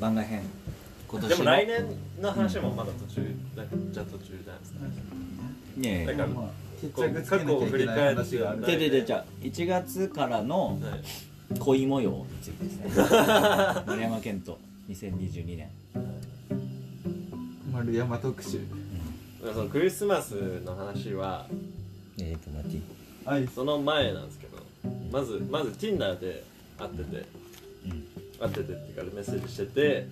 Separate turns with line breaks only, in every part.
番外編今
で
年
も
の
来年の話もまだ途中だじゃあ途中じゃないですか
ね
だ
え
から
まあ決着つけなきゃいけない話がある
過去を振り返って
じゃじゃじゃじゃ1月からの
はい
恋模様についてですね 丸山健人2022年
丸山特集
だからそのクリスマスの話は
えっと待って
アイス
その前なんですけどまずまず Tinder で会ってて
うん
会っててっていうかメッセージしてて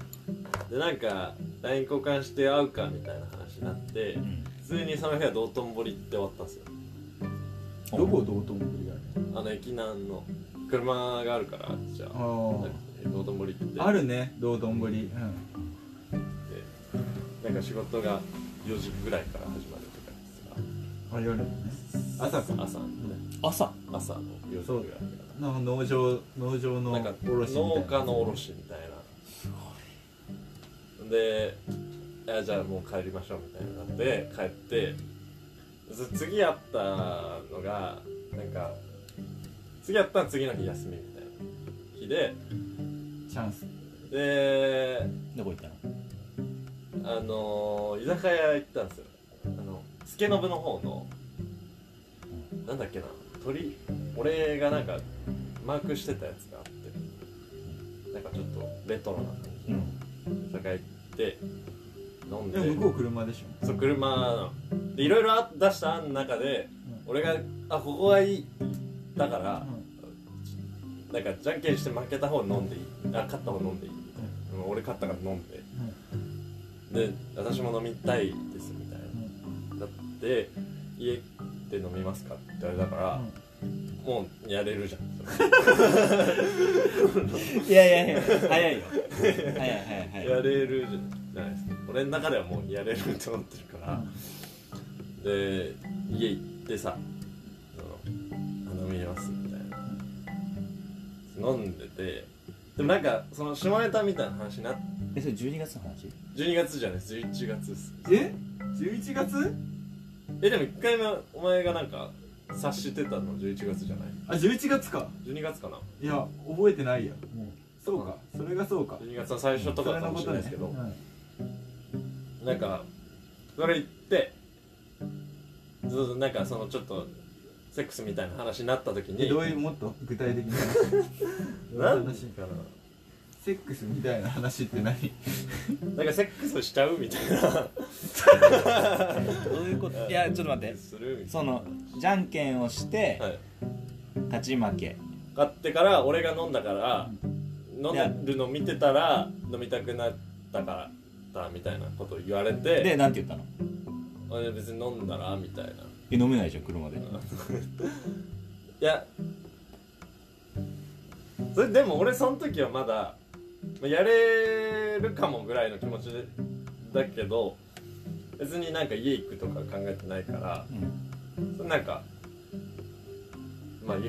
でなんか LINE 交換して会うかみたいな話になって
ん
普通にその日は道頓堀って終わったんですよ
どこ道頓堀がある
あの駅南の車があるからじゃあ
あ
道頓堀行って
ああるね道頓堀うん
でなんか仕事が4時ぐらいから始まるとかですが
あ夜のね朝か
朝のね
朝
朝の4時
そう
ぐらいか
なんか農場農場の
らなんか
卸み
農
たい
家の卸みたいなであじゃあもう帰りましょうみたいになって帰ってそ次会ったのがなんか次会ったの次の日休みみたいな日で
チャンス
で
どこ行ったの
あのー、居酒屋行ったんですよあの助信の方のなんだっけな鳥俺がなんかマークしてたやつがあってなんかちょっとレトロな感じの居酒屋行って飲ん
でも向
で
こう車でしょ
そう車なのでいろいろあ出した案の中で俺があここがいいだからなんかじゃんけんして負けた方飲んでいいあ勝った方飲んでいいみたいな俺勝ったから飲んでで私も飲みたいですみたいなだって家で飲みますかって言われたから、もうやれるじゃん
いやいやいや早い よ早い早い早い
やれるじゃないですか俺の中ではもうやれると思ってるから、で家行ってさそのあ飲みますみたいな飲んでてでもなんかその下ネタみたいな話になっ
えそれ12月の話
12月じゃないです11月っす
え11月
えでも1回目お前がなんか察してたの11月じゃない
あ11月か
12月かない
や覚えてないやそうかそれがそうか
12月の最初と
そ
か
れ
か
の
も
こ
しれ
と
ない
ね
ですけど、
うん
なんかそれ行ってずっとなんかそのちょっとセックスみたいな話になった時
え
に
どういうもっと具体的な話どういう
何
話
か
セックスみたいな話って何
ななんかセックスしちゃうみたいな
どういうこといやちょっと待って
するみた
そのじゃんけんをして、
いな、はい、
勝ち負け
買ってから俺が飲んだから、飲んでるの見てたら飲みたくなったからだみたいなことを言われ
で
て
なんて言ったの
俺別に飲んだらみたいな
え飲めないじゃん車で
いやそれでも俺その時はまだまあやれるかもぐらいの気持ちでだけど別になんか家行くとか考えてないから
うん
それなんかまあ家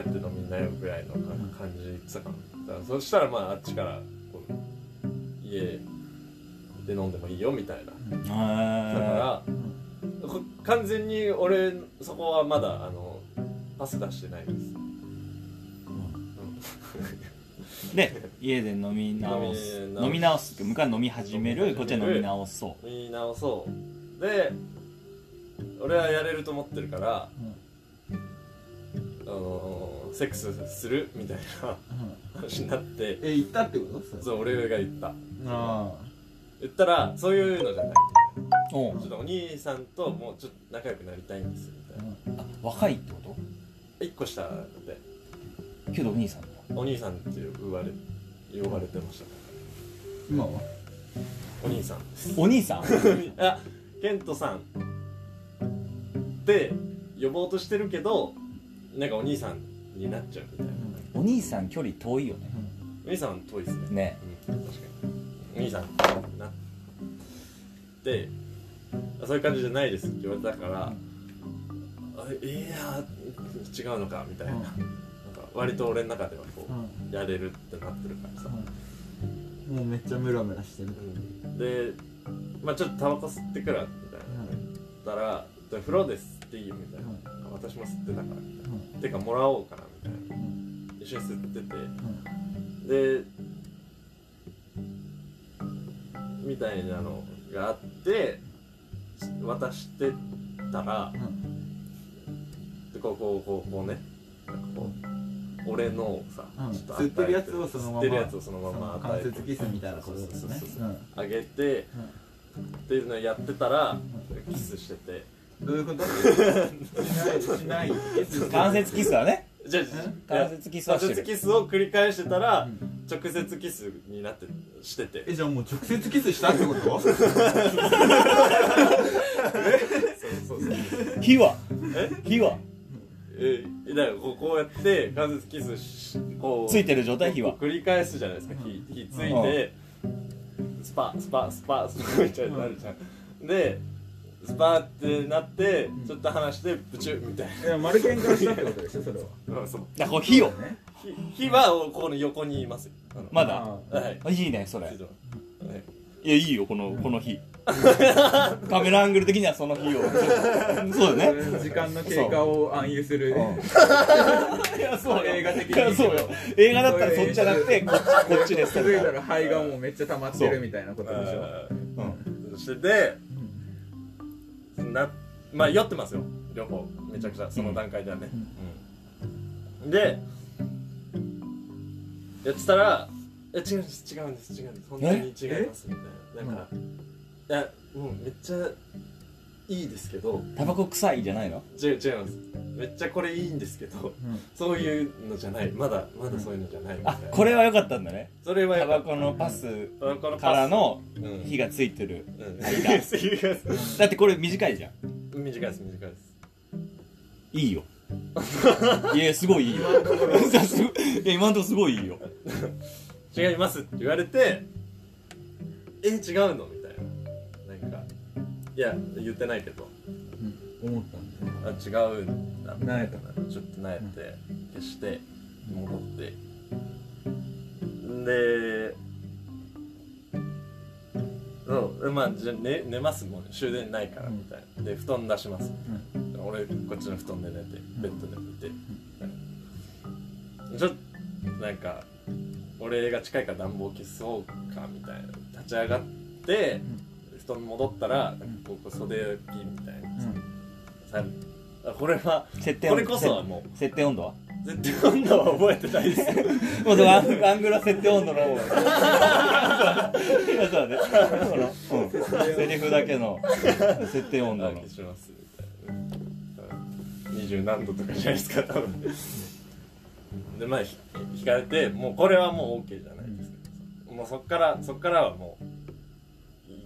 帰って飲みなよぐらいの感感じで言ってたかなだからそしたらまああっちからこう家で飲んでもいいよみたいなだ
あ
からこ完全に俺そこはまだあのパス出してないです
ーで家で飲み直す
飲み直す
飲み直すって向かい飲み始め
飲み始め
る
る
こっちは飲み直そ
見直そうで俺はやれると思ってるから、あのーセックスするみたいな話になって
え行ったってこと
そう俺が言った
あ
言ったらそういうのじゃないう
おう
ちょっとお兄さんともうちょっと仲良くなりたいんですみたいな
あ若いってこ
1個下で
とけどお兄さんだ
お兄さんって呼ばれ呼ばれてました
あ今は
お兄さん です
お兄さん
あケントさんって呼ぼうとしてるけどなんかお兄さんになっちゃうみたいな
お兄さん距離遠いよね
お兄さんは遠いですね
ね
うん確かにお兄さんなってあそういう感じじゃないですって言われたから、あいやー違うのかみたいな,、
うん
なんか割と俺の中ではこう、
う
やれるってなってるからさ、
んもうめっちゃムラムラしてる
うんで、まあ、ちょっとタバコ吸ってくるみたいな、ったら「じゃあ風呂で吸っていい?」みたいな、あ私も吸ってたから」みたいな「てかもらおうかな」みたいな一緒に吸っててでみたいなのがあって渡してたら
うん
でこうこうこうこうねなんかこう俺のをさ、
うん
ちょと与
吸
え
ってるやつをそのま
吸っ
ま
てるやつをそのまま
その
与え
関節キスみたいなこと
そう
です
そう
ね
そうそう
うん
あげてっていうのやってたらキスしてて
どういうことしないしない
うん関節キスはね
じゃあ
関節キスは
関
して
節
る
キスを繰り返してたら
うん
直接キスになってしてて
えじゃあもう直接キスしたってこと
そうそうそう
火は
え
火は
えだからこうこうやって関節キスしこう
ついてる状態火は
こう繰り返すじゃないですか火火ついてスパスパスパスパみたいになるじゃんでスパってなってちょっと離してブチュみたい
いや丸喧嘩したってことでしょそれは
なそう
だからこう火を
ね
火火はこの横にいますよあの
まだ
あ
はい
いいねそれ
ちょっとはい
いやいいよこのこの火カメラアングル的にはその火をそうだよね
ー時間の経過を暗誘する
いやそうよ
映画的に
いやそうよ映画だったらそっちじゃなくてこっちこっち です
気づいたら肺がもうめっちゃ溜まってるみたいなことでしょ
うん
そしてでなまあ酔ってますよ両方めちゃくちゃその段階ではね、うんでやってたら「え違うんです違うんです違うんです本当に違います」みたいななんか、いやもうめっちゃいいですけど
タバコ臭いじゃないの
違う違いますめっちゃこれいいんですけどそういうのじゃないまだまだそういうのじゃないみた
あ
いな
これは良かったんだね
それは
タ
やっぱ
バコのパス
タバコのパス
からの
うん うん
火がついてる
短い です短いです
だってこれ短いじゃん
短いです
いいよいやすごいいいよ すごいいや今のところすごいいいよ
違いますって言われてえ違うのみたいななんかいや言ってないけど
思ったんだよ
あ違うんだ
なえた
ちょっとなえて消して戻ってでそうまあじゃあ寝寝ますもう終電ないからみたいなで布団出します、俺こっちの布団で寝てベッドで寝て、ちょっとなんか俺が近いから暖房消そうかみたいな立ち上がって、布団戻ったら、ここ袖ピンみたいな、さあこれは
設定
これ
温度
こそはもう
設定温度は
絶対女は覚えてないです よ
もうそのアンアングルは設定温度の方いやそうだねその、うん、セリフだけの設定温度の
消しますみたいな二十何度とかじゃないですか多分でまあひ引かれてもうこれはもう OK じゃないですか、もうそっからそっからはもう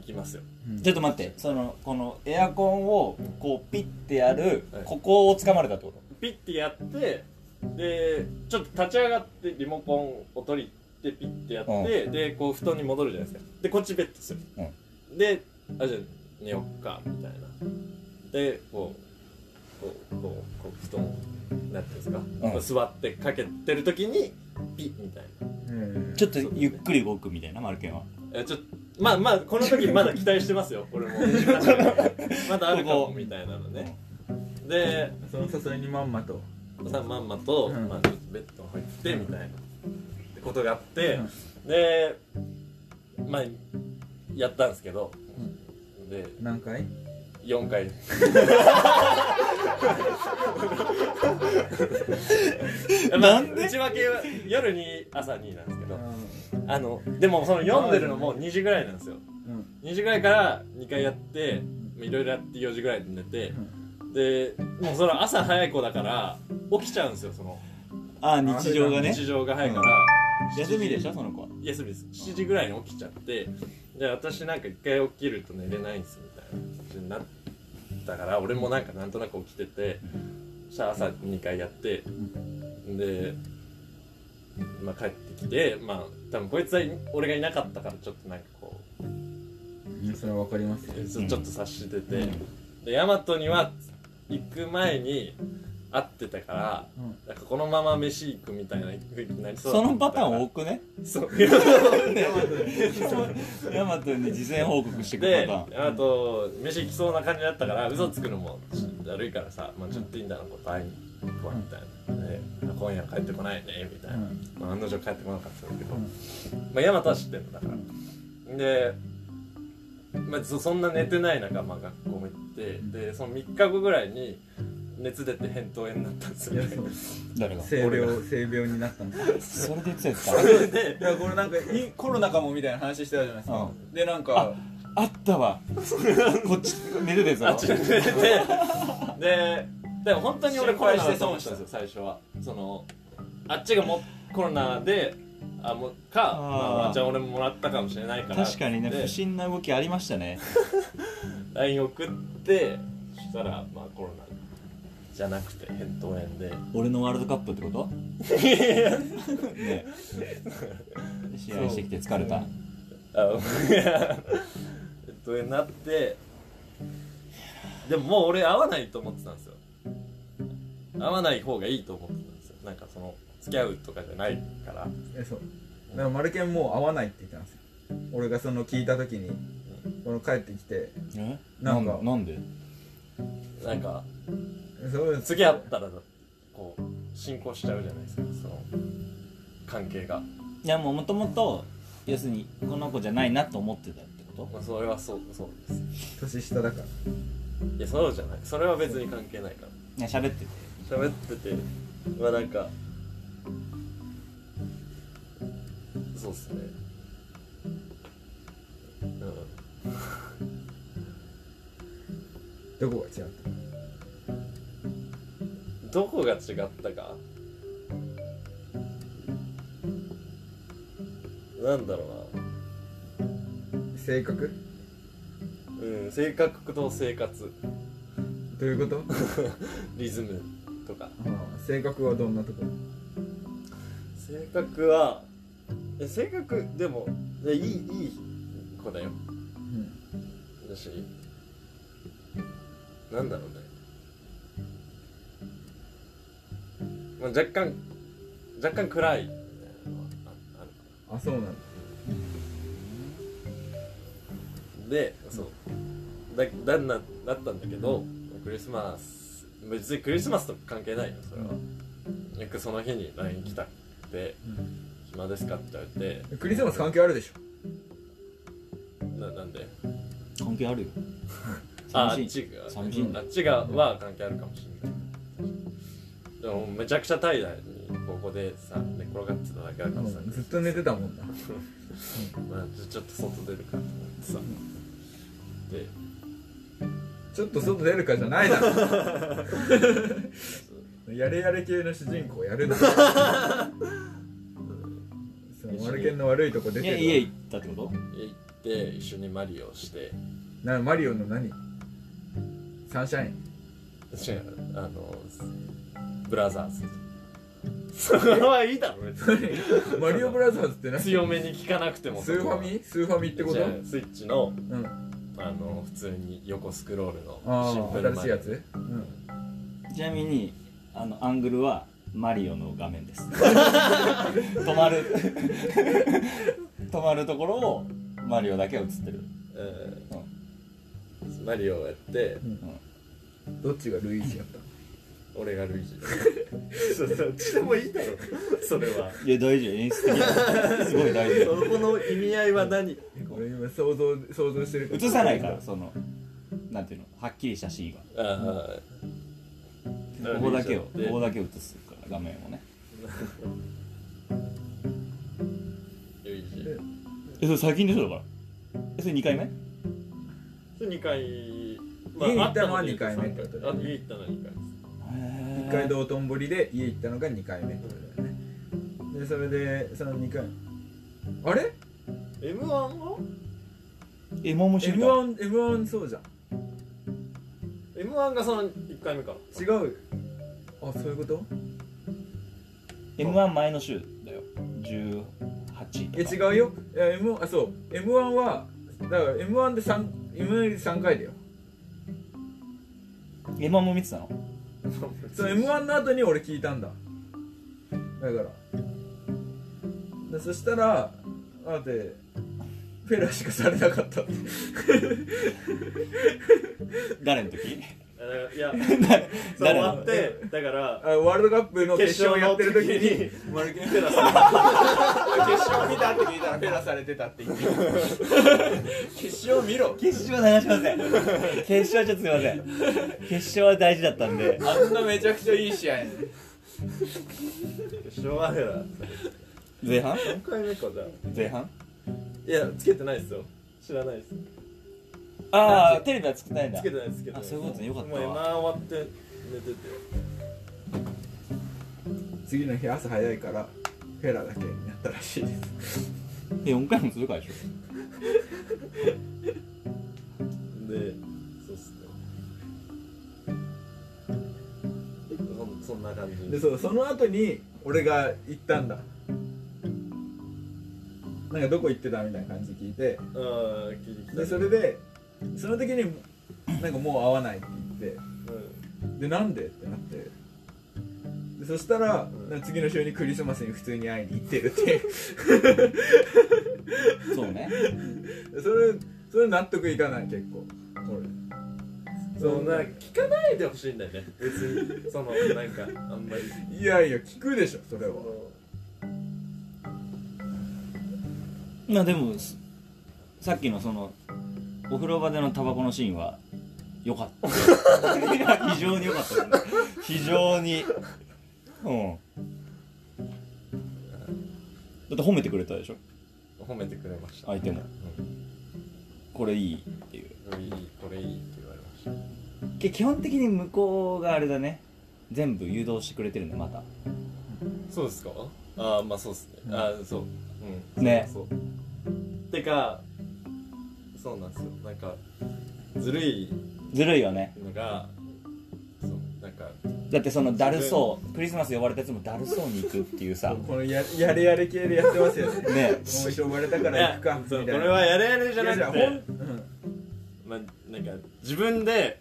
行きますよ
ちょっと待ってそのこのエアコンをこうピッてやる、
はい
ここを掴まれたってこと
ピッてやってでちょっと立ち上がってリモコンを取りでピッてやって、でこう布団に戻るじゃないですかでこっちベッドする、であじゃあ寝よっかみたいなでこうこうこうこう布団なんていうんですか、
うん
座ってかけてる時にピッみたいな
ちょっとゆっくり動くみたいなマルケンは
えちょっとまあまあこの 時まだ期待してますよ俺もまだあるか
こ
も
こ
みたいなのねで
その誘いにまんまと
さまんまと、
うん
まあ、ちょっとベッドに入ってみたいなことがあって、でまあやったんですけど、で
何回
4回 まあ
なんで
内訳は夜に朝になんですけどあのでもその読んでるのも2時ぐらいなんですよ
うん
2時ぐらいから2回やってまあいろいろやって4時ぐらいに寝てでもうその朝早い子だから起きちゃうんですよその
ああ日常がね
日常が早いから、
休みでしょその子は
休みです7時ぐらいに起きちゃってで私なんか一回起きると寝れないんですみたいな感じになったから俺もなんかなんとなく起きててそしたら朝2回やってで、まあ、帰ってきてまあ多分こいつはい俺がいなかったからちょっとなんかこう
うんそれはわかりますよ
ちょちょっと察してて、でヤマトには行く前に会ってたから、
うん
なんかこのまま飯行くみたいな雰囲気になりそうだ
そ
った
のパターン
を
多くね
そう
ヤマトに事前報告してくる
で
パターン
あと飯行きそうな感じだったから嘘つくのもだるいからさ、まあ、ちょっといいんだなこと会いに行こうみたいな、であ今夜帰ってこないねみたいな、
うん
まあ、案の定帰ってこなかったんだけど、
うん
まあ、大和は知ってんのだから、でまあ、そそんな寝てない中、まあ、学校も行ってでその3日後ぐらいに熱出て扁桃炎になったんです
い
よ
や
ね
そう
誰が
性病性病になったんですよ
それで言ってたんですか
いやこれなんかいコロナかもみたいな話してたじゃないですか、
う
でなんか
あったわこっち寝ててさ
で ででも本当に俺
心
コロナ
配して
だと思ってたんですよ最初はそのあっちがもコロナであもうか
あー
まあ、じゃあ俺ももらったかもしれないから
確かにね不
で
審な動きありましたね
LINE 送ってそしたら、まあ、コロナじゃなくて扁桃炎で
俺のワールドカップってことねで試合してきて疲れた
あ の扁桃炎になってでももう俺会わないと思ってたんですよ会わない方がいいと思ってたんですよなんかその付き合うとかじゃないから
えそうだからマルケンもう会わないって言ったんですよ俺がその聞いた時にこの帰ってきて
え
なんか
なんなんで
なんか
そう
次会ったらこう進行しちゃうじゃないですかその関係が、
いやもうもともと要するにこの子じゃないなと思ってたってこ
まあ、それはそうそうです
年下だから
いやそうじゃないそれは別に関係ないから
といや喋ってて
喋っててまあなんかそうっすねうん
どこが違った
どこが違ったかなんだろうな
性格
うん性格と生活
どういうこと
リズムとか
ああ性格はどんなところ
性格はえ性格でもえいいいい子だよ
うん
だしなんだろうね、まあ、若干若干暗いみたいなのはあある
あそうなんだ
でそうだだんなだったんだけどクリスマス別にクリスマスと関係ないよそれはよくその日に LINE 来たくて「暇ですか?」って言われて
クリスマス関係あるでしょ
ななんで
関係あるよ
ああ
寂
っ
しい
ちが
寂しいんだ
あっちがは関係あるかもしれないでもめちゃくちゃ怠惰にここでさ寝転がってただけだからさ、
ずっと寝てたもんな
まあ、ちょちょっと外出るかと思ってさで
ちょっと外出るかじゃないだ ろやれやれ系の主人公やるなそのマルケンの悪いとこ出
い
てる
や
わ
家行ったってこと
家行って一緒にマリオして
なマリオの何サンシャイン
違うあのブラザーズそれはいいだろ別に
マリオブラザーズって何ス
強めに聞かなくても
ーファミスーファミってこと
じゃあスイッチの
うん
あの普通に横スクロールの
あ
シンプ
あ
ル
新しいやつうん
ちなみにあのアングルはマリオの画面です止まる止まるところをマリオだけ映ってる、
マリオをやって
うん
どっちがルイージやった
俺がルイー ジどっちでもいいだろそれはい
や大事よ演出的にすごい大事
そ
よ
この意味合いは何
俺今想像想像してる
映さないからそのなんていうのはっきりしたシーンは
ああ
ここだけをこ
で
こだけ映すから画面をね
ルイージ
えそれ最近でしょだからえそれ2回目
それ2回
家に行ったのは
あ
二回目ってことだよ
あ家行ったのは2回です
一回道頓堀で家行ったのが2回目ってことだよねでそれでその2回あれ
M1 は
えもも知りたい
M1, M1 そうじゃん
M1 がその1回目か
違うよあそういうこと
M1 前の週だよ18
い
とか
や違うよいや M あそう M1 はだから M1 で三 M1 で3回だよ
M1 も見てたの
その M1 の後に俺聞いたんだだからでそしたらだってフェラーしかされなかったって
誰の時
だから いやそう終わってだから
あワールドカップの 決
決
勝
勝
や
の
って
時
る時に
に
マルキン
手出さ
決勝見たって聞いたらフェラされてたって言 って決勝見ろ
決勝は流しません決勝はちょっとすいません決勝は大事だったんで
あんなめちゃくちゃいい試合
決勝までだ
前半
何回目かじゃ
前半
あいやつけてないですよ知らないです
ああテレビは作ってないんだ
つけてないですけど
あそういうことねよかった
もう
わ
M1 終わって寝てて
次の日朝早いからフェラだけになったらしいです
え4回もするからでしょ
でそうっすねそそんな感じ
でそうその後に俺が行ったんだなんかどこ行ってたみたいな感じで聞いて
うん聞いてきた
でそれでその時になんかもう会わないって言って
う
でなんでってなってでそしたらなんか次の週にクリスマスに普通に会いに行ってるっていう
そうね
でそれそれ納得いかない結構俺
んそうな聞かないでほしいんだよね別にそのなんかあんまり
いやいや聞くでしょそれは
まあでもすさっきのそのお風呂場でのタバコのシーンは良か ったいや非常に良かったよね非常にうんだって褒めてくれたでしょ
褒めてくれました
相手もこれいいっていう
うんいいこれいいって言われました
け基本的に向こうがあれだね全部誘導してくれてるんだまた
そうですかああまあそうですね、ああそううん
ね
そうそうてかそうなんですよなんかずるい
ずるいよね
のがそうなんか
だってそのだるそうクリスマス呼ばれたやつもだるそうに行くっていうさ
このややれやれ系でやってますよね
ね
もう一応呼ばれたから行くかみ
いやそ
た
う
い
こ
な
れはやれやれじゃなく
いやじ
て
ゃあほんうん
まあなんか自分で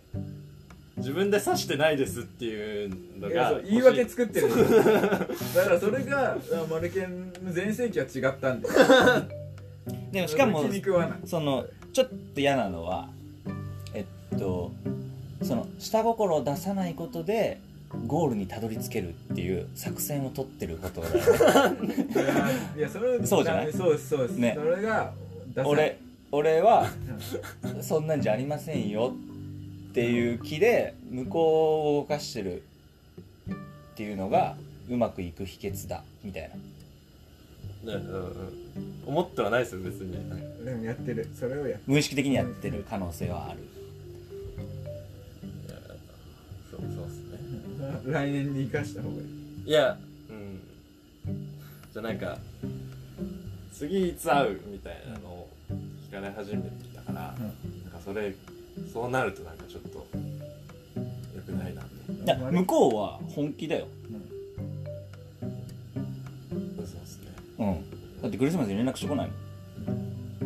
自分で刺してないですっていうの
いや
が
そう言い訳作ってるんだよだからそれがあマルケンの全盛期は違ったんだよ
でもしかも
気に食わない
そのちょっと嫌なのはえっとその下心を出さないことでゴールにたどり着けるっていう作戦を取ってることだよね
いやいやそれ
そうじゃない
ダメそうですそうです、
ね
それがダサい
俺俺はそんなんじゃありませんよっていう気で向こうを動かしてるっていうのがうまくいく秘訣だみたいな
ねうんうん思ってはないですよ別に
でもやってるそれをやっ
無意識的にやってる可能性はある
そうそうですね
来年に生かした方がいい
いやうんじゃあなんか次いつ会うみたいなのを聞かれ始めてきたから、なんかそれそうなるとなんかちょっと良くないなって
いや向こうは本気だよ
そうですね
うんだってクリスマスに連絡してこないもん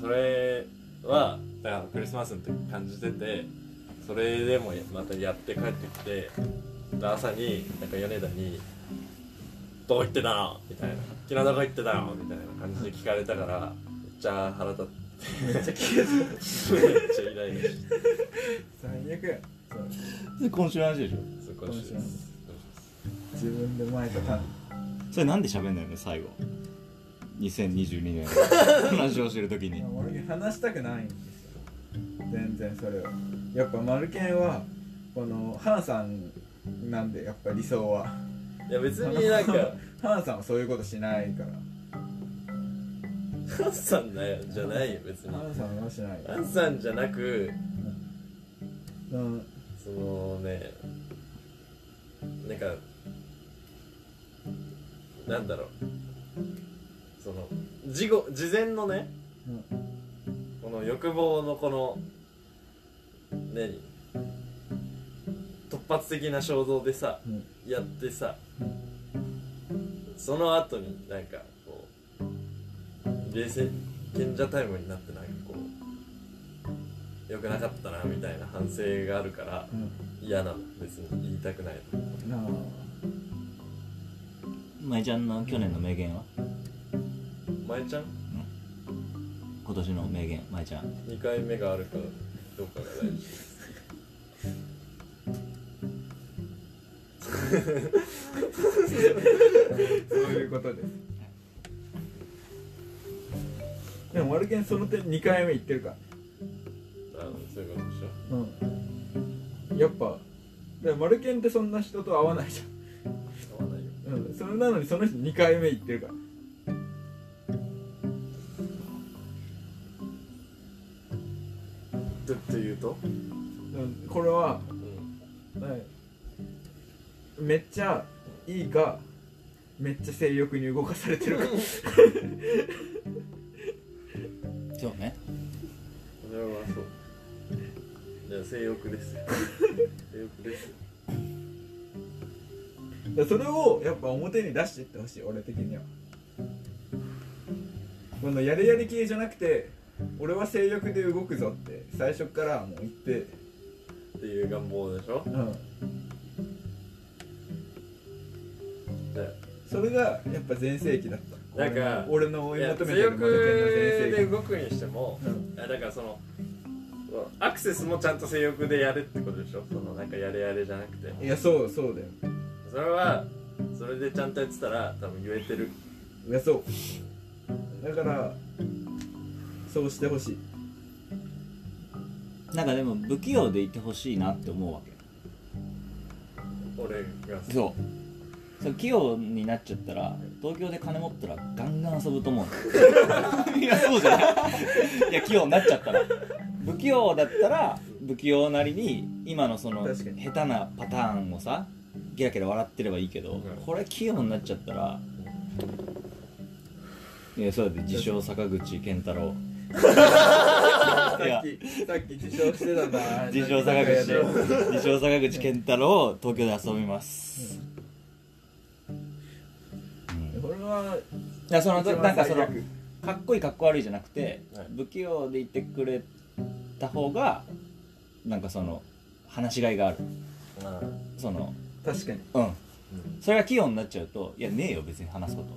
それはだからクリスマスの時感じててそれでもやまたやって帰ってきてで朝になんか米田に「どこ行ってたの?」みたいな「昨日どこ行ってたの?」みたいな感じで聞かれたからめっちゃ腹立って
めっちゃ消えず
めっちゃイライラして
最悪やそう
で今週の話でしょ
そう今週です
自分で前とか
それなんで喋んないの最後2022年 の話をしてる時に
マルケン話したくないんですよ全然それはやっぱマルケンはこのハンさんなんでやっぱ理想はい
や別に なんか
ハンさんはそういうことしないから
ハンさんだよじゃないよ別に
ハンさんはしない
ハンさんじゃなく
うん
そのねなんかなんだろうその事後事前のね
うん
この欲望のこの何突発的な衝動でさ
うん
やってさその後になんかこう冷静賢者タイムになってなんかこう良くなかったなみたいな反省があるから
うん
嫌なの別に言いたくないの
なあ
舞ちゃんの去年の名言は
舞ちゃん
今年の名言舞ちゃん
2回目があるからどうかが大事
そういうことですでも丸健その点2回目行ってるから
あのそういうことでしょ
うんやっぱでマルケンってそんな人と会わないじ
合わないよ
ゃん、うん、それなのにその人2回目行ってるから
とというと
うんこれは、
うん
はいめっちゃいいかめっちゃ性欲に動かされてるか
そうね
それはそうじゃあ性欲 ですよ性欲ですよ
だからそれをやっぱ表に出していってほしい俺的にはこのやれやれ系じゃなくて俺は性欲で動くぞって最初からもう言って
っていう願望でしょ
うん
じゃ
それがやっぱ全盛期だった
なんか
俺の
あ
追
い
い
や
求め
性
てる
欲
マルケ
で
ンの全盛
動くにしても
期うん
いやだからそのアクセスもちゃんと性欲でやれってことでしょそのなんかやれやれじゃなくて
いやそうそうだよ
それはそれでちゃんとやってたら多分言えてる
いやそうだからそうしてほしい
なんかでも不器用でいてほしいなって思うわけ
俺が
そうそう器用になっちゃったら東京で金持ったらガンガン遊ぶと思う いやそうじゃないいや器用になっちゃったら不器用だったら不器用なりに今のその
確
下
かに
手なパターンをさギラギラ笑ってればいいけど、
ん
これ器用になっちゃったら、いやそうだって自称坂口健太 郎
さっ
いや
きさっき自称してたな
自称坂口 自称坂口健太郎東京で遊びます、うん
俺はい
やその
一番
なんかその
最悪
かっこいいかっこ悪いじゃなくて、
はい
不器用でいてくれた方がなんかその話しがいがあるその
確かに
うんそれが器用になっちゃうといやねえよ別に話すこと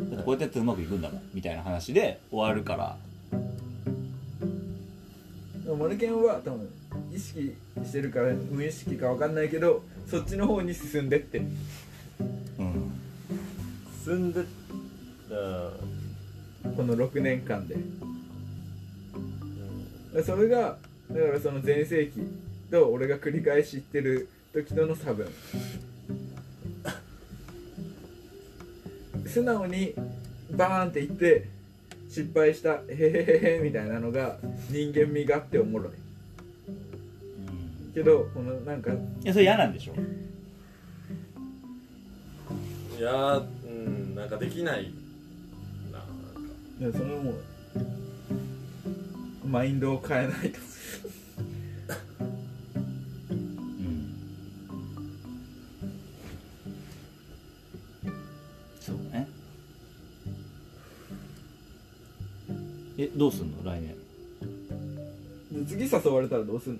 みたいなだってこうやってやってうまくいくんだもんみたいな話で終わるから
でもマルケンは多分意識してるから無意識か分かんないけどそっちの方に進んでって
うん
進んであ
この6年間でそれがだからその全盛期と俺が繰り返し言ってる時との差分素直にバーンって言って失敗したへへへへみたいなのが人間味があっておもろい
うん
けどこのなんか
いやそれ嫌なんでしょ
いやーうんなんかできないな
でもそれはもうマインドを変えないと
うんそうねえどうすんの来年
で次誘われたらどうすんの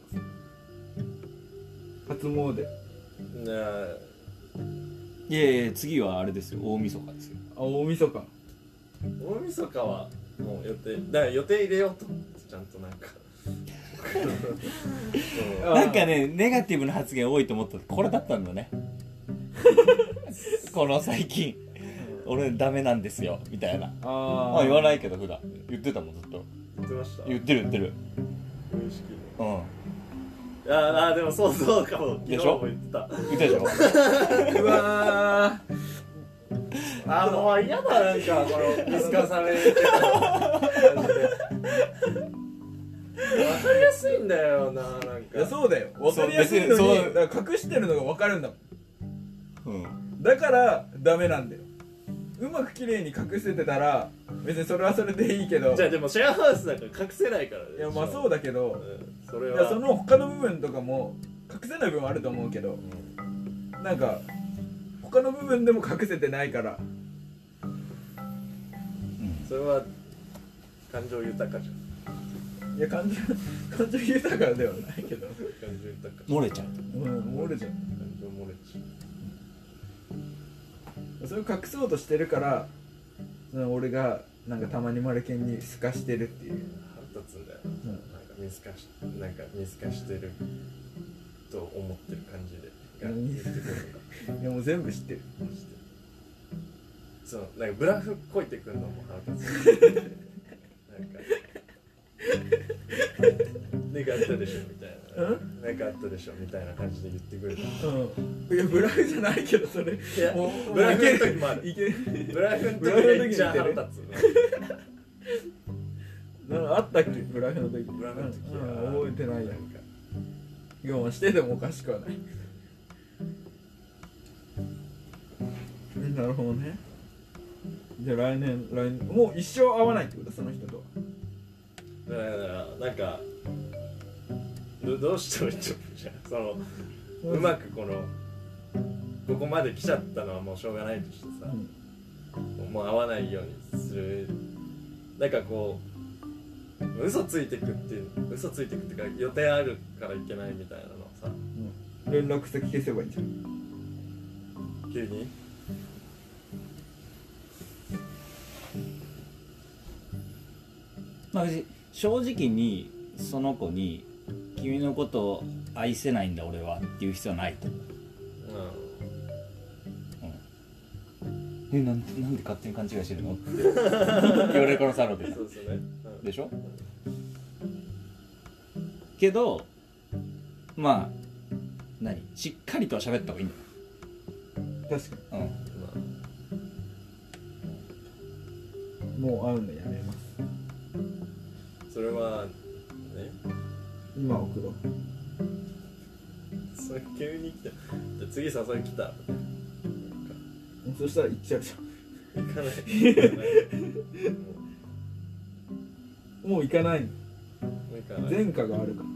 初詣
なん
あ
かいや
いやいや次はあれですよ大晦日ですよ
大晦日
大晦日はもう予定だから予定入れようと思ってちゃんとなん か
あー
なんかねネガティブな発言多いと思ったらこれだったんだ ねこの最近俺ダメなんですよみたいな
あ
あ言わ
い
ないけど普段言ってたもんずっと
言ってました
言ってる言ってる
無意識に
うん
いやーあーでもそうそうかも昨日
でしょ
も言ってた
言 ってたでしょ
うわ
あーもう嫌だなんかこの見透かされてる感じで わかりやすいんだよななん
ーいや
か
そうだよ分かりやすいの
そう
に
別にそう
だから隠してるのが分かるんだも
うん
んだからダメなんだようまく綺麗に隠せてたら別にそれはそれでいいけど
じゃあでもシェアハウスだから隠せないからね
いやまあそうだけ
う
ど
んそれ
いや
は
その他の部分とかも隠せない部分はあると思うけどなんか他の部分でも隠せてないから
それは感情豊かじゃん
いや感情 感情豊かではないけど
感情豊か
漏れちゃう
うん俺じゃん
感情漏れちゃ
それを隠そうとしてるからその俺がなんかたまにマルケンにすかしてるっていう
う腹立つんだよ、
ん
なんか見透かしなんか見透かしてると思ってる感じでが
うん
言ってくる
いやもう全部知ってる
のマジでそのなんかブラフこいてくるのも腹立つなんかなんかあったでしょみたいななんかあったでしょみたいな感じで言ってくるの
うんいやブラフじゃないけどそれ
いや
もう
ブラフの時もある
いける
ブラフの時めっちゃ腹立つ
なんかあったっけブラフの時
ブラフの時
うん覚えてないや
なん
ん
か
我慢してでもおかしくはないなるほどねじゃあ来年来年もう一生会わないってことその人とは
だからなんかどどうしたらいいと思うじゃんそのうまくこのここまで来ちゃったのはもうしょうがないとしてさ、
うん
もう会わないようにするなんかこう嘘ついてくっていう嘘ついてくっていうか予定あるからいけないみたいなのをさ
連絡先消せばいいじゃん
急に
まあ別に正直にその子に「君のことを愛せないんだ俺は」っていう必要はないと思う
う
えなんなんで勝手に勘違いしてるのって 言われる可能性あるわけ
ん
じゃ
そ
ん
うですよね、
でしょけどまあ何しっかりとは喋った方がいいん
確か
だよ、うん、
うんまあ
にもう会うのやめます
それはね
今送ろう
それ急に来たじゃあ次誘い来たなんか
そしたら行っちゃうじゃ
行かない行か ないも
んもう行かないの
うもう行かない
前科があるから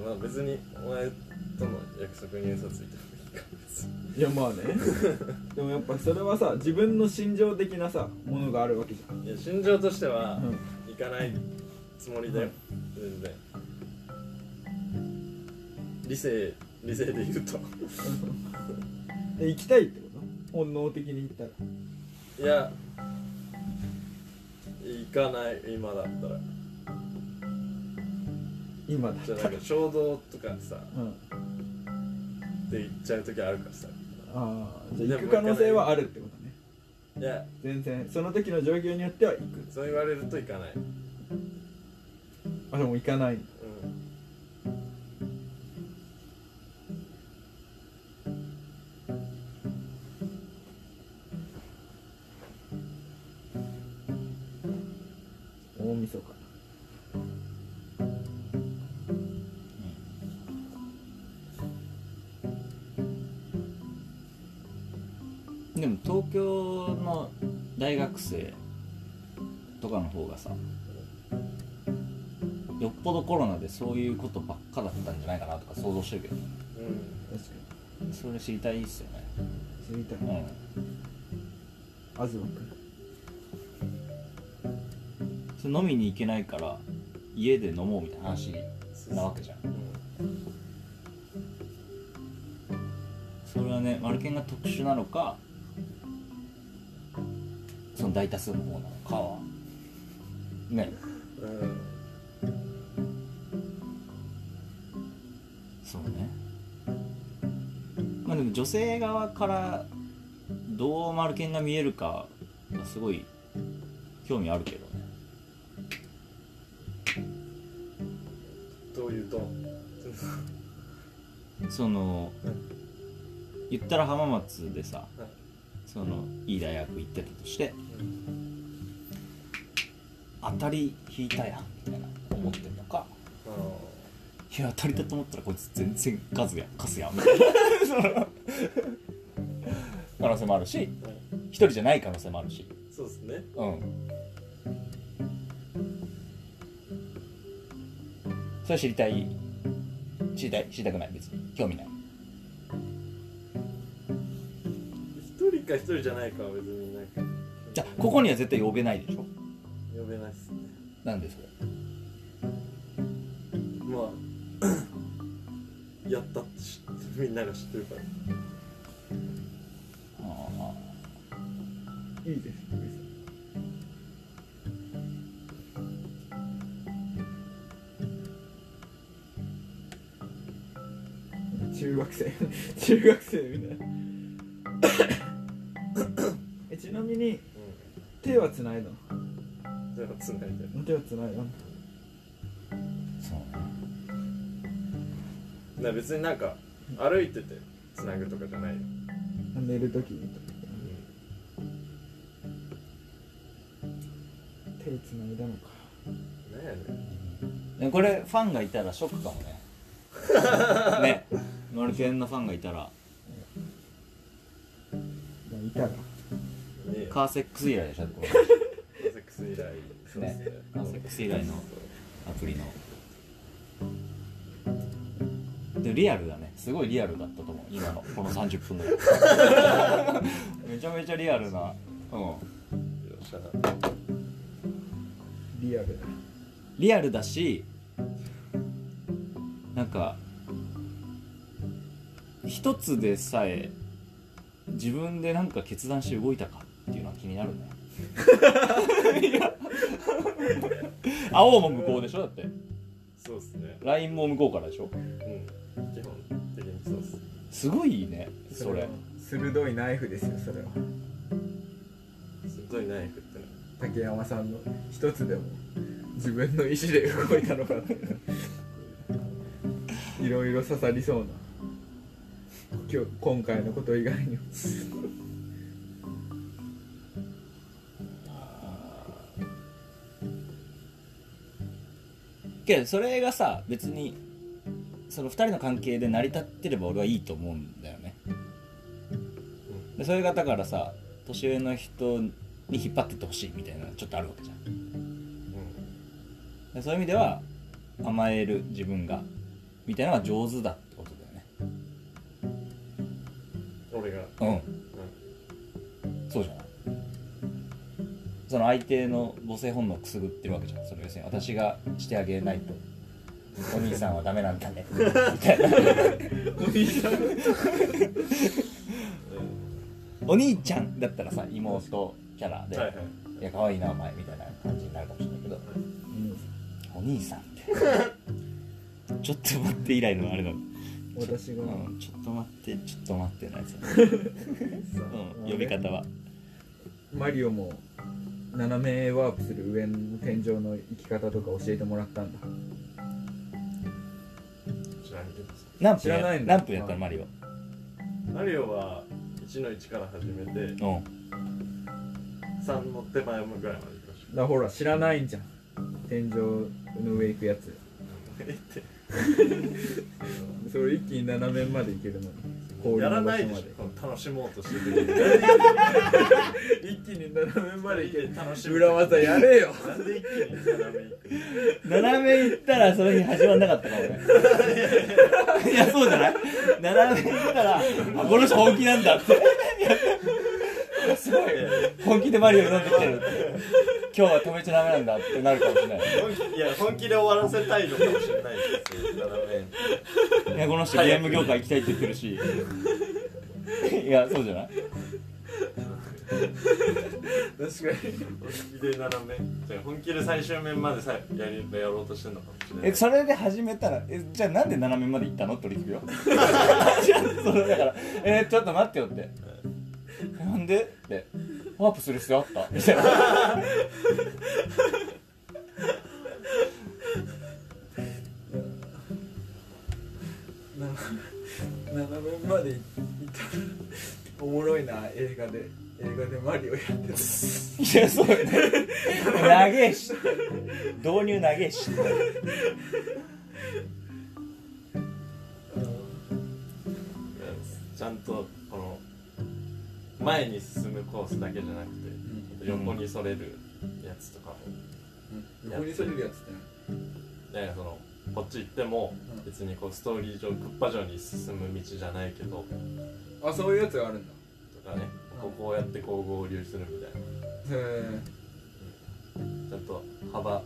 さまあ別にお前との約束に嘘ついてもいいから別に
いやまあね でもやっぱそれはさ自分の心情的なさものがあるわけじ
いや心情として
ゃ
は
ん、うん、
行かないつもりだよ全然理性理性で言うと
え行きたいってこと本能的に行ったら
いや行かない今だったら
今だ
じゃあなんか衝動とかさ
うん
って言っちゃう時あるからさ
ああじゃあ行く可能性はあるってことね
いや
全然その時の状況によっては行く
そう言われると行かない、うん、
あでも行かない大晦日
でも東京の大学生とかの方がさよっぽどコロナでそういうことばっかだったんじゃないかなとか想像してるけど
うん
確か
それ知りたいっすよね
に知りたい
うん
東君
それ飲みに行けないから家で飲もうみたいな話なわけじゃんそれはねマルケンが特殊なのかその大多数の方なのかはね
うん、うん
そうねまあでも女性側からどう丸ンが見えるかがすごい興味あるけどね
どういうと
その
はい
言ったら浜松でさ
はい
そのいい大学行ってたとして
うん
当たり引いたやんみたいな思ってるのか
あ
いや当たりだと思ったらこいつ全然ガズやカスやんみたいなその可能性もあるし
ーはい
一人じゃない可能性もあるし
そうですね
うんそれは知りたい知りたい知りたくない別に興味ない
一人か一人じゃないかは別になんか
じゃあここには絶対呼べないでしょ
呼べないっすね
なんでそれ
まあ やったって知ってみんなが知ってるから
ああ
いいです中学生中学生みたいなえちなみに手はつないだ
うんだからつないで
の手はつないだの
そう
な別になんか歩いててつなぐとかじゃないよ
寝るときにとか手つないだのか
なんやねん
ねこれファンがいたらショックかもね ねマルケンのファンがいたら
まあいたら
ねえカ
カーセックス以来でしょこれ
ーセックス以来そうですね
カーセックス以来のアプリのでリアルだねすごいリアルだったと思う今のこの30分ぐらい めちゃめちゃリアルなうん
よっしゃ
リアルだ
リアルだしなんか一つでさえ自分でなんか決断して動いたかっていうのは気になる ねいや青も向こうでしょだって
そうですね
LINE も向こうからでしょ
うん基本的にそうっす
すごいねそれ
は鋭いナイフですよそれは
すごいナイフってな
竹山さんの一つでも自分の意思で動いたのか っていろいろ刺さりそうな今日今回のこと以外にも
けどそれがさ別にその2人の関係で成り立ってれば俺はいいと思うんだよねでそれがだからさ年上の人に引っ張ってってほしいみたいなのがちょっとあるわけじゃん
うん
でそういう意味では甘える自分がみたいなのが上手だってことだよね
俺が
うん
う
そうじゃないその相手の母性本能をくすぐってるわけじゃんそれ要するに私がしてあげないとお兄さんはダメなんだねみたいな
お兄さん
お兄ちゃんだったらさ妹キャラで、
んはい
い
はい
や可愛いなお前みたいな感じになるかもしれないけどお兄さんってちょっと待って以来のあれだもん、
私が、
うん、ちょっと待ってちょっと待ってのやつ、うん、呼び方は
マリオも斜めワープする上の天井の行き方とか教えてもらったんだ
知らんけどさ
何分
知らない
や
んだ
何分やったのマリオ
マリオは1の1から始めて
うん
3の手前ぐらいまで行きまし
だほら知らないんじゃん天井の上行くやつ
たえって
それ一気に斜めまで行けるのに 氷
や
の
ら
場
ない
所
で
ま
し
で
ょ楽しもうとしてるなんで
一気に斜めまで行ける
楽しむ
裏技やれよ
なんで一気に斜めに
斜め行ったらその日始まんなかったかもね いやそうじゃない斜め行ったらあこの人本気なんだっていやすごい本気でマリオになってきてるって今日は止めちゃダメなんだってなるかもしれない
本気いや本気で終わらせたいのかもしれないですよ斜め
いやこの人ゲーム業界行きたいって言ってるしいやそうじゃない
確かに
本気で斜めじゃあ本気で最終面までさやりやろうとしてんのかもしれない
えそれで始めたらえじゃあなんで斜めまで行ったのって俺聞くよ じゃあそれだから「えー、ちょっと待ってよ」って「なんで?」って「ワープする必要あった?」みたいな
斜めまで行ったおもろいな映画で映画でマリオやって
いやそうよね長えし導入長えし
ちゃんとこの前に進むコースだけじゃなくて横にそれるやつとかも
た横にそれるやつって
ねそのこっち行っても別にこうストーリー上クッパ城に進む道じゃないけど
なあそういうやつがあるんだ
とかねこうこうやってこう合流するみたいな
へ
ちゃんと幅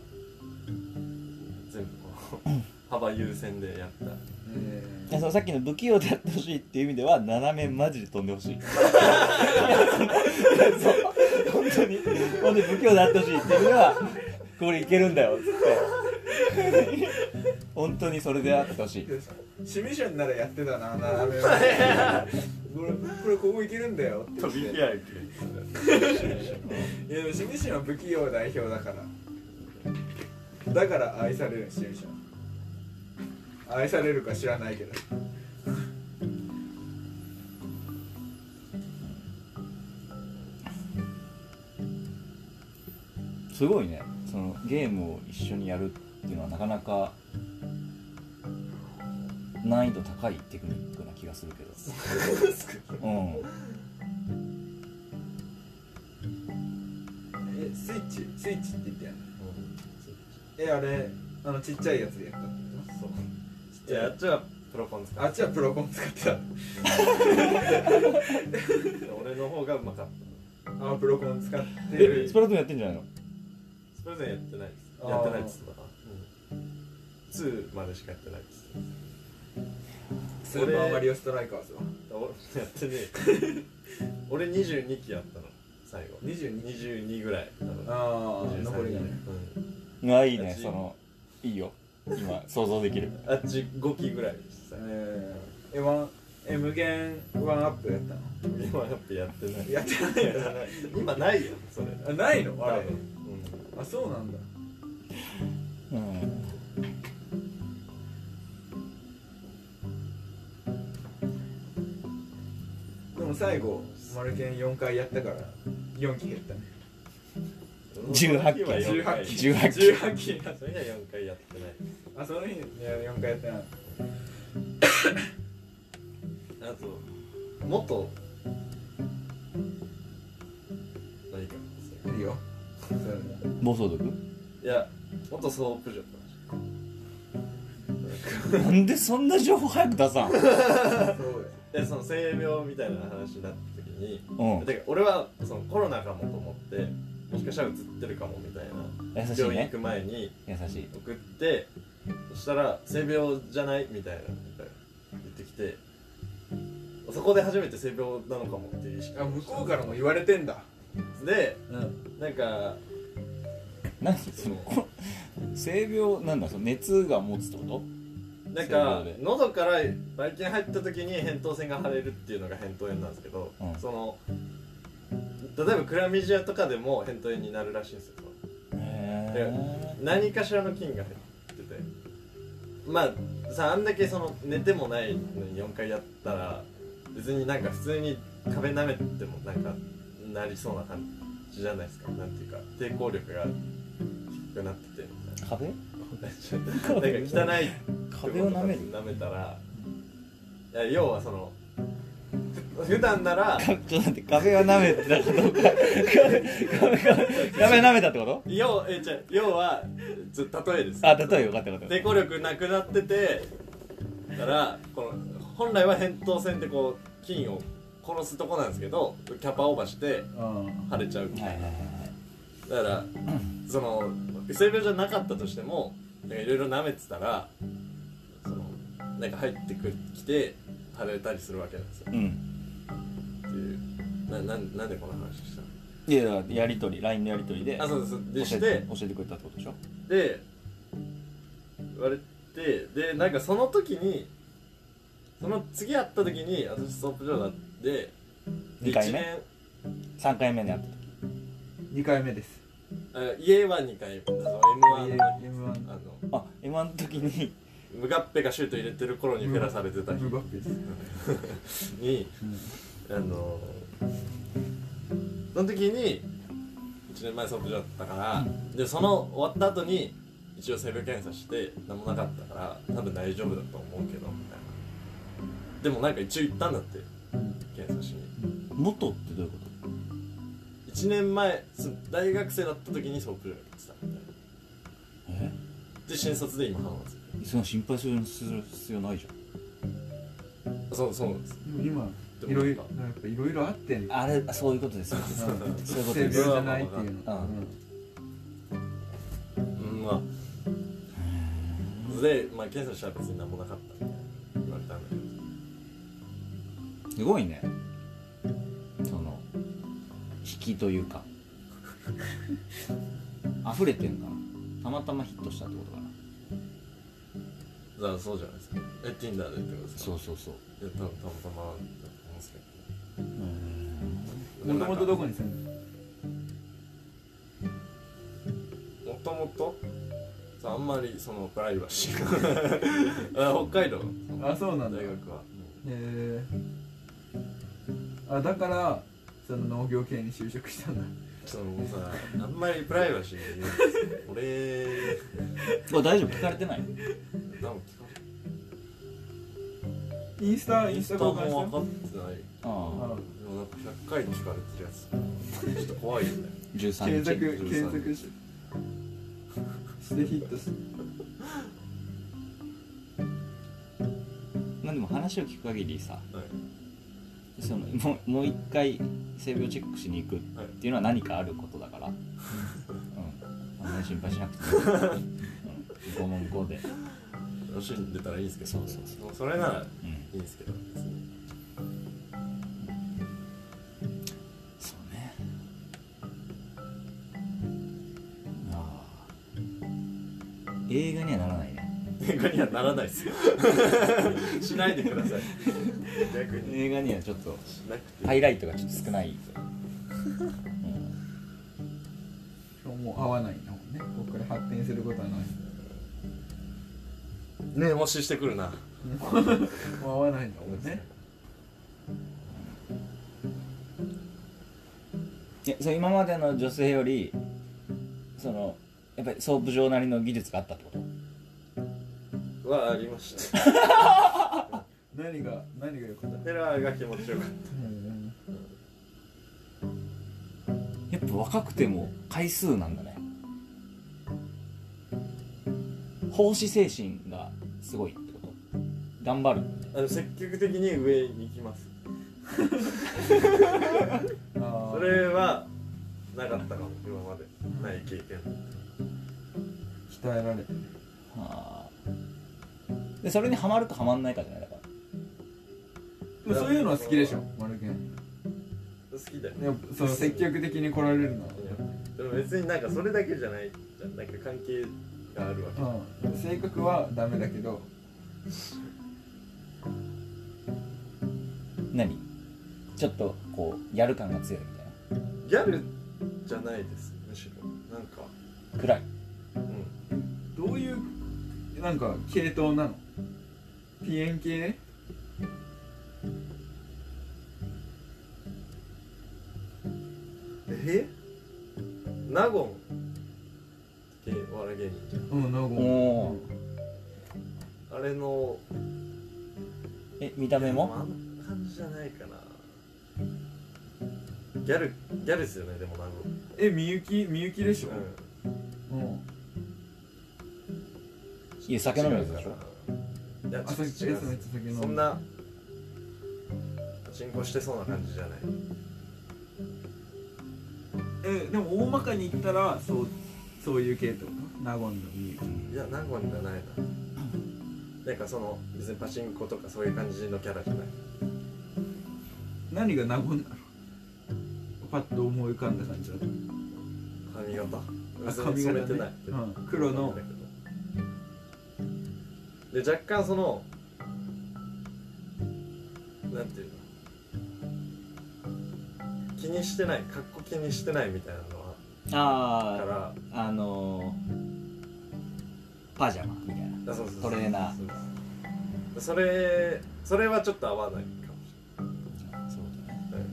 全部こう 幅優先でやった
え
いやそのさっきの不器用でやってほしいっていう意味では斜めマジで飛んでほしいいやそのいやそう本当に本当に不器用であってほしいっていう意味ではこれいけるんだよっつって本当にそれであってほしい
シミュレーションならやってたな斜め前 これこれここいけるんだよって言
飛
っ
び
て
火やけ
いやでもシミュレーションは不器用代表だからだから愛されるシミュレーション愛されるか知らないけど
すごいねそのゲームを一緒にやるっていうのはなかなか難易度高いテクニックな気がするけどうん
えスイッチスイッチって言ってやんのえあれあのちっちゃいやつでやったってこ
そうじゃああっちはプロポン使
とあっちはプロコン使ってた
って俺の方がうまかった
あプロコン使って
え
る
スプラトゥーンやってんじゃないの
スプラトゥーンやってないです
あー
やってないっつったから2までしかやってないっつって
スーパーマリオストライカーズは
俺やってねえ俺22期やったの最後
22
22ぐらい多分
ああ
23
残りがね
うん
あいいね
立ち
そのいいよ今想像できる
あっち5期ぐらいでした
えー、えワンえ無限ワンアップやったの
今やっぱやってない
やってないんだ
今ないよそれ
あないのあ
多
れ
分
あそうなんだ
うん
でも最後マルケン4回やったから4期減ったね
うん
18期
は四回
18期
18期になった
それが4回やってない
あその日いや4回やってない
あと元何か
いいよそれも
暴走族
いや元ソープ嬢の話
なんでそんな情報早く出さん
そうや
でその性病みたいな話になった時に、
うん
てか俺はそのコロナかもと思ってもしかしたらうつってるかもみたいな
優しい
病院行
ね
く前に
優しい
送ってそしたら性病じゃないみたいな言ってきてそこで初めて性病なのかもっていう意識
あ向こうからも言われてんだ
で
うん
なんか
何そのこ性病なんだその熱が持つってこと
なんか
性病で
喉からばい菌入った時に扁桃腺が腫れるっていうのが扁桃炎なんですけど、
うん
その例えばクラミジアとかでも扁桃炎になるらしいんですよ
へ
何かしらの菌が入っててまあさあんだけその寝てもないのに4回やったら別になんか普通に壁舐めてもなんかなりそうな感じじゃないですかなんていうか抵抗力が低くなってて
え壁
みたいななんか汚い
壁を舐める
舐めたらいや要はそのふ普段なら
ちょっと待って 壁は舐めてたことか壁壁舐めたってこと
要えじゃあ要はちょ例えです
あ例えばよかったよかった
抵抗力なくなっててだからこの本来は扁桃腺ってこう菌を殺すとこなんですけどキャパオーバーして
うん
腫れちゃうみた
はい
い
はい
な、
はい
だからその性病じゃなかったとしてもなんかいろいろ舐めてたらそのなんか入ってくるきて腫れたりするわけなんですよ
はいうん
っていうななんなんでこの話したの
いやだからやり取り LINE のやり取りで
あそうそうで
教
し
え
て
て教えてくれたってことでしょ
で言われてでなんかその時にその次会った時に私ソープ場だって
二回目
一年
3回目のやった
2回目です
あ家は2回目あの M1
M1
のあの
あ今の時に
ムガッペがシュート入れてる頃にフェラされてた日
ムバッペです
に、あのその時に1年前ソープ場だったから、でその終わった後に一応性病検査して何もなかったから多分大丈夫だと思うけどみたいなでもなんか一応行ったんだって検査しに
元ってどういうこ
1年前す大学生だった時にソープ場やってたみたいな
とえ
で新卒で今半する
そんな心配する必要ないじ
そうそうなんです
でも今いろいろやっぱいろいろあってん
ゃんあれそういうことですよ
うん
そういうこと
性
で
病じ
す
ゃないっていうの
うん
うんまあで、まあ、検査したら別に何もなかったみたいな言われたんだけど
すごいねその引きという か溢れてんかなたまたまヒットしたってことか
だか
な
らそうじゃないですかえ Tinder でってことですか
そうそうそう
いやたたまたまだと思うんですけど
もともとどこに住んで
もともとそうあんまりそのプライバシーが あ北海道
あそうな
大
んだへ
学は
えあだからその農業系に就職したんだ
そのもうさあんまりプライバシーが俺
これ大丈夫聞かれてない
何も聞かれ
インスタイ
イ
ン
ン
ス
ス
タ
タ
交
も
換
分か
し
ってない
ああ
たあ
でもなんか100回聞かれてるやつちょっと怖いよね
13
検索
日
検索ししてヒットし
まあでも話を聞く限りさ
はい
そのもうもう一回性病チェックしに行くっていうのは何かあることだ から、うん、あんまり心配しなくても5問5で、
楽しんでたらいいんですけど
そうそうそ
もうそれなら
うん、
いいんですけど別に
そうねああ映画にはならないね
喧嘩にはならないですよしないでください逆に
映画にはちょっと
しなくて
ハイライトがちょっと少ない、 うん
てもう合わないんだもんねここから発展することはない
ねえ無視してくるな
もう合わないんだもんね
いやそう今までの女性よりそのやっぱりソープ場なりの技術があったってこと
はありました
何が何が良かった
ヘラーが気持ちよかっ
うん
やっぱ若くても回数なんだね奉仕精神がすごいってこと頑張る
たあの積極的に上に行きます
あ
そ
ー
れはなかったかも今までない経験
鍛えられてる
あーでそれにはまるかはまんないかじゃないだから
でもそういうのは好きでしょマルケン
好きだよ
やっぱその積極的に来られるのは
でも別になんかそれだけじゃないじゃんなんか関係があるわけ
うん、性格はダメだけど
何ちょっとこうやる感が強いみ
ギャルじゃないですむしろなんか
たいな暗い
うん
どういうなんか系統なのピエン系
えナゴン系お笑い芸人じ
うんなんか
おー
ゃんあれの
え見た目も
あんな感じじゃないかなギャルギャルですよねでもナゴン
えみゆきみゆきでしょ、
う
うん、
いや酒飲むやつでしょ
いや
あ
ちょっと
酒
違
飲
う
むやつ酒飲む
そんな進行してそうな感じじゃない
えでも大まかに言ったらそうそういう系統か納言のみゆき
いやナゴンじゃないななんかその別にパチンコとかそういう感じのキャラじゃない
何が納言なのパッと思い浮かんだ感じだと
髪型
あ
別に染めてない、
うん、黒の
で若干そのなんていうの気にしてない格好気にしてないみたいなのはだ
あ
か
ああのー、パジャマみたいな
らあそうそう
トレーナー
そうそうそれそれはちょっと合わないかもし
そうだね
れない、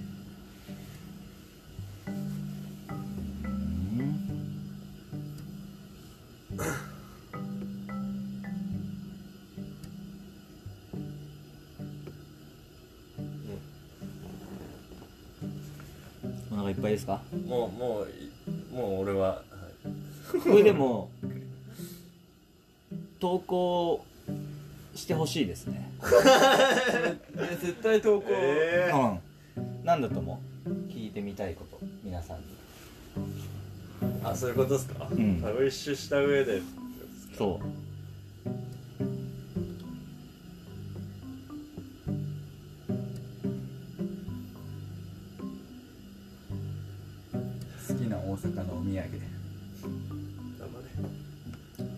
お腹いっぱいですか
うんもうもういもう俺は、はい
これでも投稿してほしいですね
いや絶対投稿、
えー
うん何だと思う聞いてみたいこと皆さんに
あそういうことですか、
ん
あご一周した上で
そう
好きな大阪のお土
頑
産
張れ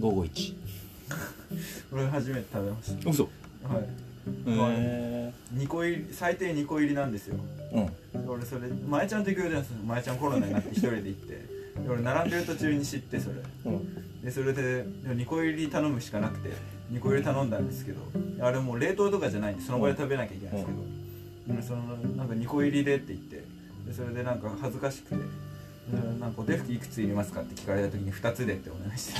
午後1
俺初めて食べまし
嘘
たはい
へ
2個入り最低2個入りなんですよ
えうん
俺それ前ちゃんと行く予定なんですよ前ちゃんコロナになって一人で行ってで俺並んでる途中に知ってそれ
うん
でそれで2個入り頼むしかなくて2個入り頼んだんですけどあれもう冷凍とかじゃないんでその場で食べなきゃいけないんですけど、うんそのなんか2個入りでって言ってでそれでなんか恥ずかしくてでなんかお手拭きいくつ入れますかって聞かれた時に2つでってお願いして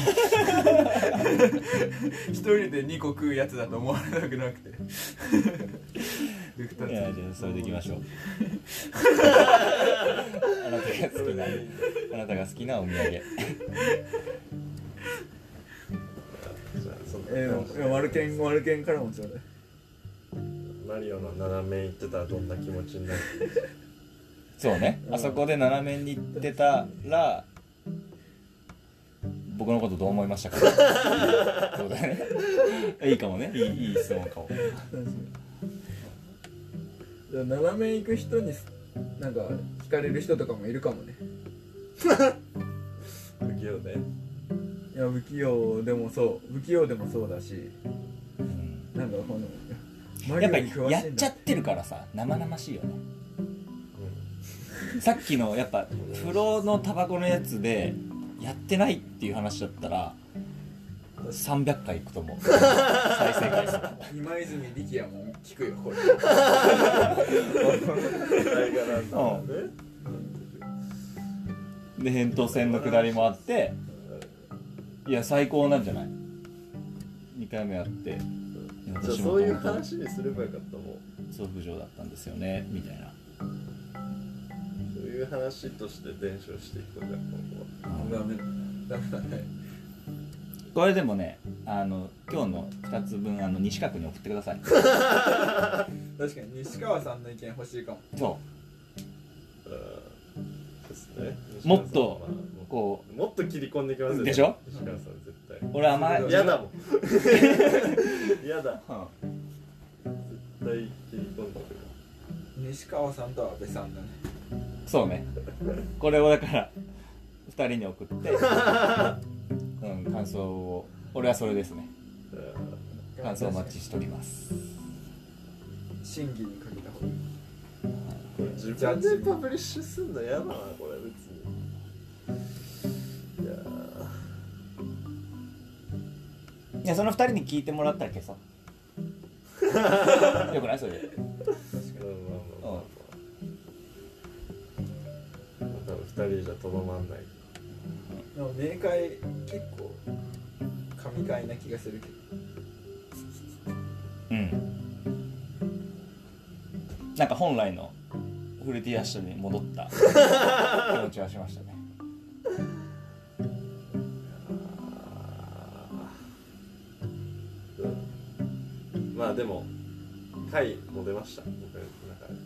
一人で2個食うやつだと思われたくなくてで2つ
いやじゃあそれでいきましょうあなたが好きなあなたが好きなお土産
じゃあそんな
え
感じ
ー、マルケンマルケンからもちょうだい
マリオの斜め行ってたらどんな気持ちになる
そうね、あそこで斜めに行ってたら僕のことどう思いましたかそうだねいいかもねいいいい質問かも
確かにじゃあ斜め行く人にすなんか惹かれる人とかもいるかもね
不器用 で
いや不器用でもそう不器用でもそうだし
うん
なんかこのマ
や
リ
っ
オ
ぱ
に
り
詳
や
しい
っ
ん
ちゃ
だ
ってるからさ生々しいよねさっきのやっぱ風呂のタバコのやつでやってないっていう話だったら300回いく と思う再生回数
今泉力也も聞くよこれ
大河なんだもんね
で扁桃腺の下りもあっていや最高なんじゃない2回目あっていや
じゃあ
私も
そういう
元々
話にすればよかったもん
そう不上だったんですよねみたいな
そういう話として伝承していこうか今後は
ダメダメだね
これでもねあの今日の2つ分あの西角に送ってく ださい
確かに西川さんの意見欲しいかも
そ
うんですね
もっと
西川さんはま
うこ
あもっと切り込んできますよ
でしょ
石川さん絶対
う俺甘い
うん
嫌だ もん嫌だ
う
絶対切り込んでくる
西川さんと阿部さんだね
んそうねこれをだから2人に 送って、うん、感想を俺はそれですね
うん
感想をお待ちしております
審議にかけた方がいい
これ自分でパブリッシュすんの嫌だなこれ別にいやー
いやその2人に聞いてもらったら消そう よくないそれで
まあまあまあまあまあ多分2人じゃとどまんない
でも明快結構神回な気がするけど
うんなんか本来のフルティアッシュに戻った気持ちはしましたね
うんまあでも回も出ました僕の中で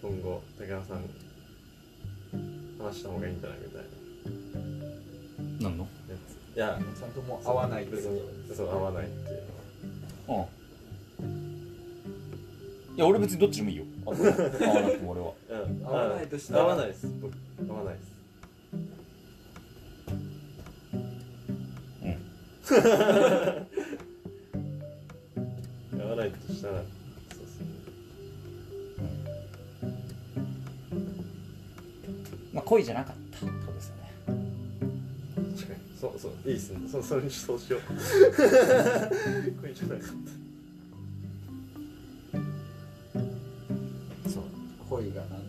そう今後竹山さん話した方がいいんじゃないみたいな
なんの
やついや
ちゃんともう合わないけ
別
ど
にそう合わないっていうのは
うんいや俺別にどっちでもいいよ あ合わなくても俺は
うん
合わないとした
合
ら
わないです僕合わないですうん合わないとしたらそうですね
まあ恋じゃなかったそうですよね
確かにそうそういいですねそそれにそう しようこれじゃなかった
そう
恋がなんだ
な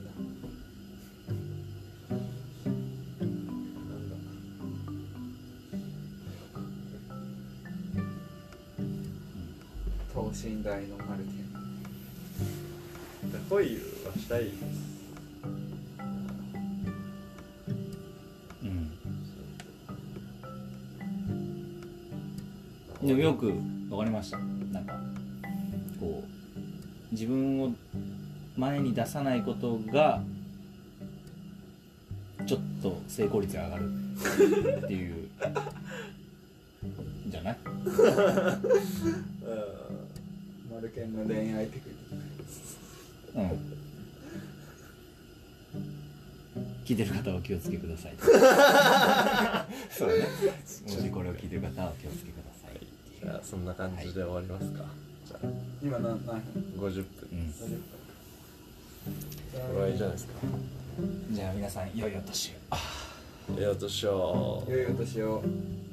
んだ
等身大のマルケン
恋はしたいです
うんでもよく分かりましたなんかこう自分を前に出さないことがちょっと成功率が上がるっていうじゃない
うん
マルケンの恋愛テクニック
うん聞いてる方はお気をつけくだ さい
そうね
もしこれを聞いてる方はお気をつけください
じゃあそんな感じで終わりますか、じゃあ
今何何分
50分です、これはいいじゃないですか
じゃあ皆さん良いお年を
ええお年を
良いお年を
バイバイ。